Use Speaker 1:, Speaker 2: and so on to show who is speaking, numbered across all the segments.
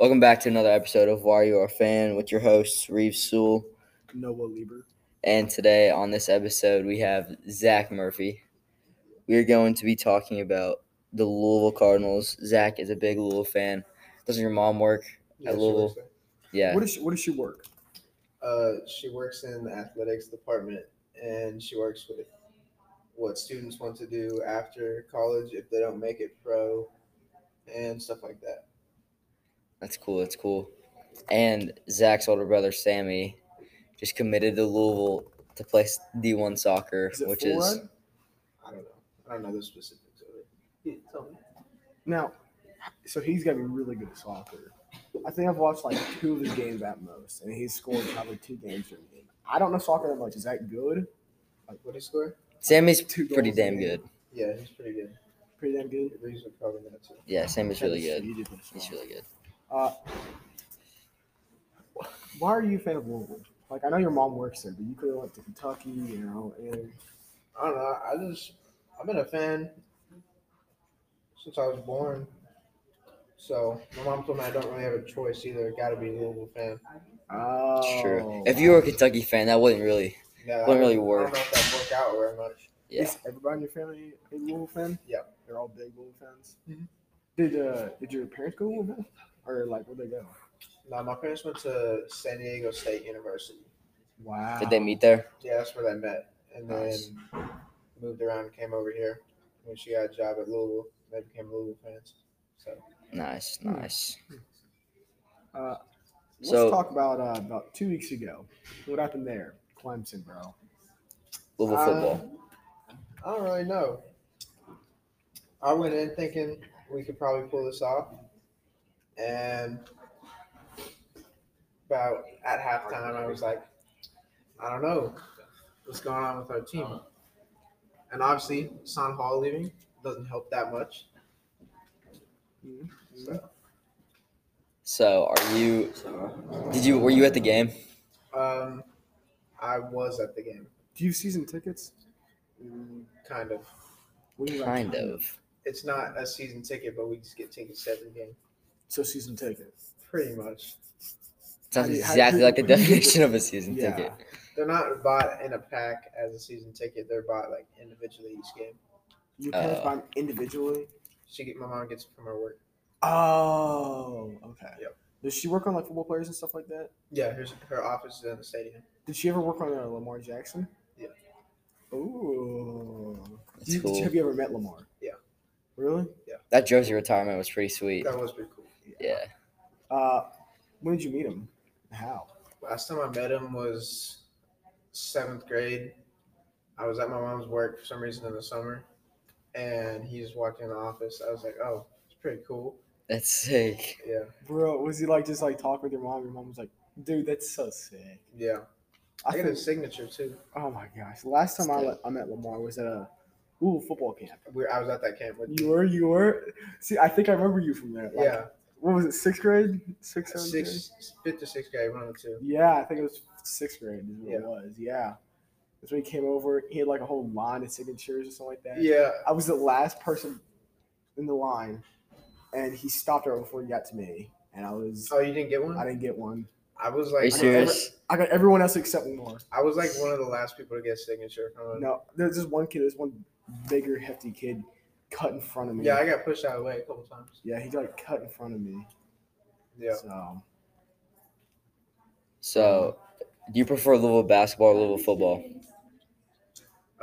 Speaker 1: Welcome back to another episode of Why You Are a Fan with your hosts, Reeve Sewell.
Speaker 2: Noah Lieber.
Speaker 1: And today on this episode, we have Zach Murphy. We are going to be talking about the Louisville Cardinals. Zach is a big Louisville fan. Doesn't your mom work at Louisville? Yeah.
Speaker 2: What does she, what does she work?
Speaker 3: Uh, she works in the athletics department, and she works with what students want to do after college if they don't make it pro, and stuff like that.
Speaker 1: That's cool. That's cool. And Zach's older brother, Sammy, just committed to Louisville to play s- D1 soccer,
Speaker 2: Is it
Speaker 1: which
Speaker 2: full
Speaker 1: is
Speaker 2: ride?
Speaker 3: I don't know. I don't know the specifics of it.
Speaker 2: now? So he's got to be really good at soccer. I think I've watched like two of his games at most, and he's scored probably two games for me. I don't know soccer that much. Is that good?
Speaker 3: What he score?
Speaker 1: Sammy's
Speaker 2: Two
Speaker 1: pretty
Speaker 2: goals in
Speaker 1: damn
Speaker 2: the
Speaker 1: good.
Speaker 3: Yeah, he's pretty good.
Speaker 2: Pretty damn good.
Speaker 3: Reeves would probably know too.
Speaker 1: Yeah, Sammy's really
Speaker 2: That's
Speaker 1: good.
Speaker 2: huge if
Speaker 1: He's
Speaker 2: it's
Speaker 1: really good.
Speaker 2: not. Uh, why are you a fan of Louisville? Like I know your mom works there, but you could have went to Kentucky, you know. And
Speaker 3: I don't know. I just I've been a fan since I was born. So my mom told me I don't really have a choice either. Got to be a Louisville fan.
Speaker 2: oh,
Speaker 1: It's true. If you were a Kentucky fan, that wouldn't really.
Speaker 3: No,
Speaker 1: Wouldn't really
Speaker 3: I don't-
Speaker 1: work.
Speaker 3: I don't know if that work out very much.
Speaker 1: Yeah.
Speaker 2: Is everybody in your family a Louisville fan?
Speaker 3: Yep.
Speaker 2: They're all big Louisville fans.
Speaker 3: Mhm.
Speaker 2: Did uh, did your parents go to Louisville, or like where'd they go?
Speaker 3: No, my parents went to San Diego State University.
Speaker 2: Wow.
Speaker 1: Did they meet there?
Speaker 3: Yeah, that's where they met, and then
Speaker 1: Nice.
Speaker 3: moved around, and came over here. When she got a job at Louisville, they became Louisville fans. So
Speaker 1: Nice,
Speaker 2: Hmm.
Speaker 1: nice.
Speaker 2: Uh, let's
Speaker 1: So-
Speaker 2: talk about uh, about two weeks ago. What happened there, Clemson, bro? Uh,
Speaker 1: Louisville football.
Speaker 3: Uh, I don't really know. I went in thinking we could probably pull this off, and about at halftime, I was like, I don't know what's going on with our team, and obviously Son Hall leaving doesn't help that much.
Speaker 2: Mhm.
Speaker 3: So.
Speaker 1: So, are you? Did you? Were you at the game?
Speaker 3: Um, I was at the game,
Speaker 2: Do you have season tickets?
Speaker 3: kind of.
Speaker 2: What do you like,
Speaker 1: Kind of.
Speaker 3: It's not a season ticket, but we just get tickets every game,
Speaker 2: So season tickets.
Speaker 3: pretty much.
Speaker 1: Sounds
Speaker 2: How do you- how do
Speaker 1: exactly
Speaker 2: you-
Speaker 1: like the
Speaker 2: when you get the-
Speaker 1: definition of a season
Speaker 2: Yeah.
Speaker 1: ticket.
Speaker 3: They're not bought in a pack as a season ticket. They're bought like individually each game.
Speaker 2: You parents
Speaker 1: Uh,
Speaker 2: buy them individually.
Speaker 3: She get my mom gets it from her work.
Speaker 2: Oh, okay.
Speaker 3: Yep.
Speaker 2: Does she work on like football players and stuff like that?
Speaker 3: Yeah, her her office is in the stadium.
Speaker 2: Did she ever work on uh, Lamar Jackson?
Speaker 3: Yeah.
Speaker 2: Ooh.
Speaker 1: That's
Speaker 2: You,
Speaker 1: cool.
Speaker 2: Have you ever met Lamar?
Speaker 3: Yeah.
Speaker 2: Really?
Speaker 1: That jersey retirement was pretty sweet.
Speaker 3: That was pretty cool.
Speaker 1: Yeah.
Speaker 2: Uh, when did you meet him? How?
Speaker 3: Last time I met him was seventh grade. I was at my mom's work for some reason in the summer, and he just walked in the office. I was like, "Oh, it's pretty cool."
Speaker 1: That's sick.
Speaker 3: Yeah,
Speaker 2: Bro, was he like just like talking with your mom? Your mom was like, dude, that's so sick.
Speaker 3: yeah.
Speaker 2: I
Speaker 3: I got
Speaker 2: think,
Speaker 3: his signature too.
Speaker 2: oh my gosh. The last time I,
Speaker 1: Still.
Speaker 2: let, I met Lamar was at a Louisville football camp.
Speaker 3: We I was at that camp with
Speaker 2: You were, you were. See, I think I remember you from there. Like,
Speaker 3: yeah,
Speaker 2: What was it, sixth grade? Sixth, seventh
Speaker 3: six, fifth or sixth grade, one of the two.
Speaker 2: grade? Yeah, I think it was sixth grade is what it
Speaker 3: Yeah.
Speaker 2: was. Yeah. That's when he came over. He had like a whole line of signatures or something like that.
Speaker 3: Yeah,
Speaker 2: I was the last person in the line, and he stopped right before he got to me. And I was,
Speaker 3: Oh, you didn't get one?
Speaker 2: I
Speaker 3: I,
Speaker 2: didn't get one.
Speaker 3: was
Speaker 1: Are you
Speaker 3: like,
Speaker 2: I never-
Speaker 1: serious?
Speaker 2: I got everyone else except Lamar.
Speaker 3: I was like one of the last people to get signature from him.
Speaker 2: No, there's this one kid, this one bigger, hefty kid, cut in front of me.
Speaker 3: Yeah, I got pushed out of the way a couple times.
Speaker 2: yeah, he like cut in front of me.
Speaker 3: Yeah.
Speaker 2: So
Speaker 1: So, do you prefer Louisville basketball or Louisville football?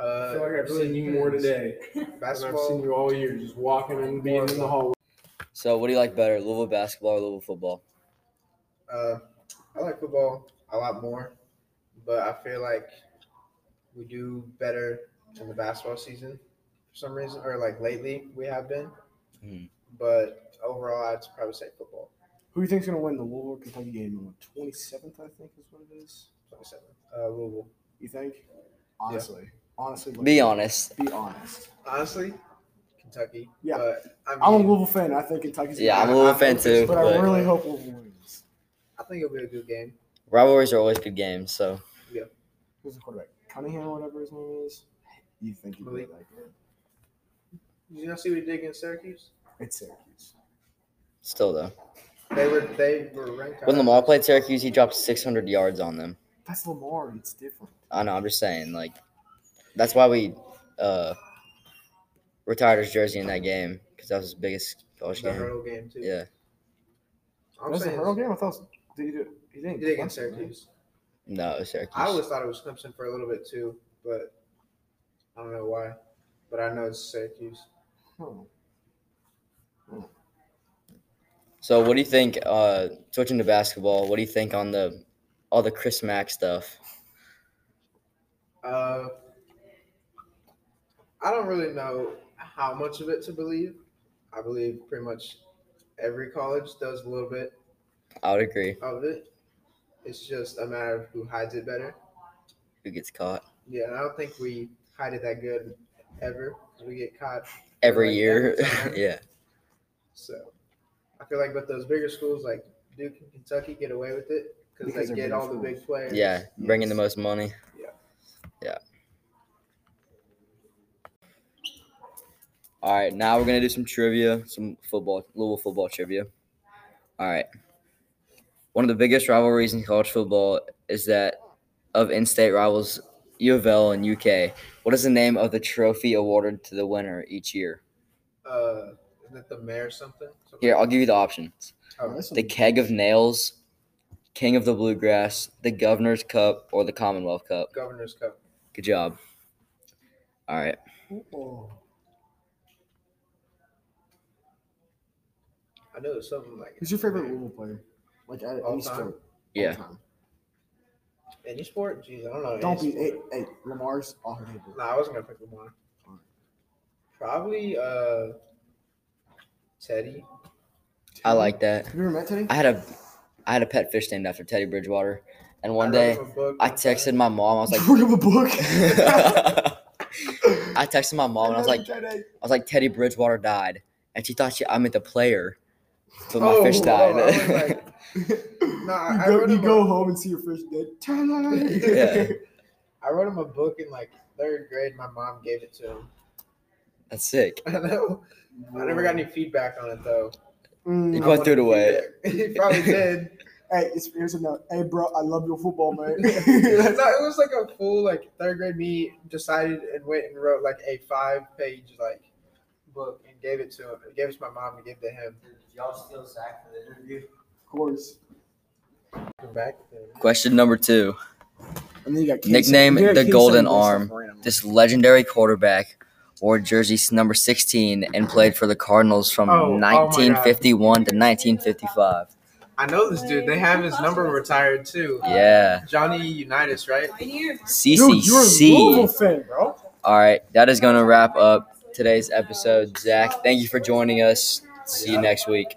Speaker 3: Uh,
Speaker 4: I feel like I've
Speaker 3: really
Speaker 4: seen you more today than I've seen
Speaker 3: Basketball.
Speaker 4: you all year, just walking and being in the hallway.
Speaker 1: So, what do you like better, Louisville basketball or Louisville football?
Speaker 3: Uh, I like football a lot more, but I feel like we do better in the basketball season for some reason, or like lately we have been.
Speaker 1: Mhm.
Speaker 3: But overall, I'd probably say football.
Speaker 2: who do you think's gonna win the Louisville Kentucky game on the twenty seventh, I think is what it is?
Speaker 3: 27. Uh, Louisville.
Speaker 2: You think? Honestly. Honestly
Speaker 1: Be honest.
Speaker 2: be honest.
Speaker 3: Honestly, Kentucky.
Speaker 2: Yeah.
Speaker 3: But I, mean,
Speaker 2: I'm a Louisville fan. I think Kentucky's gonna
Speaker 1: Yeah, I'm a
Speaker 2: win,
Speaker 1: Louisville fan too.
Speaker 2: but I
Speaker 1: but
Speaker 2: really hope Louisville wins.
Speaker 3: I think it'll be a good game.
Speaker 1: rivalries are always good games. So,
Speaker 2: Who's the quarterback? Cunningham, whatever his name is. You think he played
Speaker 3: Malik.
Speaker 2: like that?
Speaker 3: Did you know see what he did against Syracuse?
Speaker 2: It's Syracuse.
Speaker 1: still though,
Speaker 3: They were they were ranked.
Speaker 1: When
Speaker 3: higher.
Speaker 1: Lamar played Syracuse, he dropped 600 yards on them.
Speaker 2: That's Lamar. It's different.
Speaker 1: I know. I'm just saying, like, that's why we uh retired his jersey in that game because that was his biggest college
Speaker 3: the
Speaker 1: game.
Speaker 3: hurdle game too.
Speaker 1: Yeah.
Speaker 3: I'm
Speaker 2: That's the
Speaker 3: saying
Speaker 2: hurdle game. I thought. it was- Did he do? He didn't.
Speaker 3: he did against
Speaker 2: Clemson, right?
Speaker 3: Syracuse.
Speaker 1: No, it was Syracuse.
Speaker 3: I always thought it was Clemson for a little bit too, but I don't know why. But I know it's Syracuse.
Speaker 2: Oh.
Speaker 1: So, what do you think? Uh, switching to basketball, what do you think on the all the Chris Mack stuff?
Speaker 3: Uh, I don't really know how much of it to believe. I believe pretty much every college does a little bit
Speaker 1: I would agree.
Speaker 3: of it. It's just a matter of who hides it better.
Speaker 1: Who gets caught
Speaker 3: Yeah, and I don't think we hide it that good ever 'cause we get caught.
Speaker 1: every
Speaker 3: Like,
Speaker 1: year?
Speaker 3: every time.
Speaker 1: yeah.
Speaker 3: So I feel like, but those bigger schools like Duke and Kentucky get away with it because
Speaker 2: Because
Speaker 3: they
Speaker 2: they're
Speaker 3: get
Speaker 2: bigger
Speaker 3: all the
Speaker 2: schools.
Speaker 3: big players.
Speaker 1: Yeah, bringing the
Speaker 2: Yes.
Speaker 1: most money.
Speaker 3: Yeah.
Speaker 1: Yeah. All right, now we're gonna do some trivia, some football, Louisville football trivia. All right. One of the biggest rivalries in college football is that of in-state rivals U of L and UK. What is the name of the trophy awarded to the winner each year?
Speaker 3: Uh, isn't it the mayor something? something
Speaker 1: Here, I'll give you the options:
Speaker 3: Oh,
Speaker 2: This
Speaker 1: the keg of nails, king of the bluegrass, the governor's cup, or the Commonwealth Cup.
Speaker 3: Governor's Cup.
Speaker 1: Good job. All right.
Speaker 2: one- oh.
Speaker 3: I know it's something like.
Speaker 2: Who's your favorite Louisville player? Like at
Speaker 3: All
Speaker 2: any
Speaker 3: time?
Speaker 2: sport.
Speaker 1: Yeah.
Speaker 2: All time.
Speaker 3: Any sport? Jeez, I don't know.
Speaker 2: Don't
Speaker 3: any
Speaker 2: be. Hey,
Speaker 3: sport.
Speaker 2: hey, Lamar's off the table.
Speaker 3: Nah, I wasn't gonna pick Lamar. Probably uh, Teddy.
Speaker 1: I like that.
Speaker 2: Have you ever met Teddy?
Speaker 1: I had a I had a pet fish named after Teddy Bridgewater, and
Speaker 3: I
Speaker 1: one
Speaker 3: read
Speaker 1: day
Speaker 3: him a book
Speaker 1: I
Speaker 3: one
Speaker 1: texted
Speaker 3: time.
Speaker 1: my mom. I was like,
Speaker 2: Wrote him a book.
Speaker 1: I texted my mom and I was like, I
Speaker 2: Teddy.
Speaker 1: was like Teddy Bridgewater died, and she thought she I meant the player, but my fish
Speaker 3: oh,
Speaker 1: died.
Speaker 3: I was like,
Speaker 2: Nah,
Speaker 3: I-
Speaker 2: you
Speaker 3: I
Speaker 2: go,
Speaker 3: wrote
Speaker 2: you
Speaker 3: him
Speaker 2: go
Speaker 3: a-
Speaker 2: home and see your fish dead. Teddy.
Speaker 1: Yeah.
Speaker 3: I wrote him a book in like third grade. My mom gave it to him.
Speaker 1: That's sick.
Speaker 3: I know. I never got any feedback on it though.
Speaker 1: He
Speaker 2: Mm.
Speaker 3: I
Speaker 1: probably
Speaker 3: wanted
Speaker 1: threw it away.
Speaker 3: feedback. he probably did.
Speaker 2: Hey, it's, here's a note. Hey, bro, I love your football, man.
Speaker 3: no,
Speaker 2: That's-
Speaker 3: it was like a full like third grade me decided and went and wrote like a five page like book and gave it to him. gave it to my mom to give to him.
Speaker 5: y'all steal Zach for the interview?
Speaker 2: of course.
Speaker 3: Come back to him.
Speaker 1: Question number two.
Speaker 2: And then you got
Speaker 1: Nickname
Speaker 2: you got
Speaker 1: the
Speaker 2: Case
Speaker 1: Golden
Speaker 2: Sanders off
Speaker 1: Arm.
Speaker 2: random.
Speaker 1: This legendary quarterback wore jersey number 16 and played for the Cardinals from
Speaker 3: Oh, oh my God.
Speaker 1: 1951 to 1955.
Speaker 3: I know this dude. They have his number retired too.
Speaker 1: Yeah.
Speaker 3: Johnny Unitas, right?
Speaker 2: Dude, you're a Louisville
Speaker 1: CCC.
Speaker 2: fan, bro.
Speaker 1: All right, that is going to wrap up today's episode. Zach, thank you for joining us. See you next week.